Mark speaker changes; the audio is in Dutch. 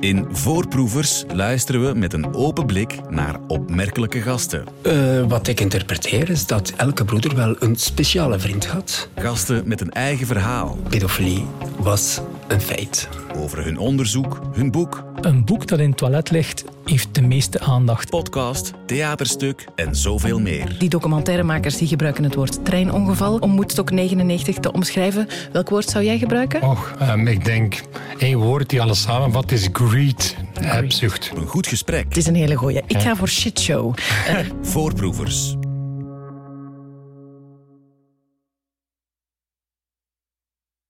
Speaker 1: In Voorproevers luisteren we met een open blik naar opmerkelijke gasten.
Speaker 2: Eh, wat ik interpreteer is dat elke broeder wel een speciale vriend had.
Speaker 1: Gasten met een eigen verhaal
Speaker 2: Pedofilie was een feit.
Speaker 1: over hun onderzoek, hun boek,
Speaker 3: Een boek dat in het toilet ligt, heeft de meeste aandacht.
Speaker 1: podcast, theaterstuk en zoveel meer.
Speaker 4: Die documentairemakers die gebruiken het woord treinongeval om Woodstock 99 te omschrijven. Welk woord zou jij gebruiken?
Speaker 5: Och, ehm, ik denk één woord die alles samenvat is greed, hebzucht.
Speaker 1: Een goed gesprek.
Speaker 4: Het is een hele goeie. Ik ga voor shitshow.
Speaker 1: Voorproevers.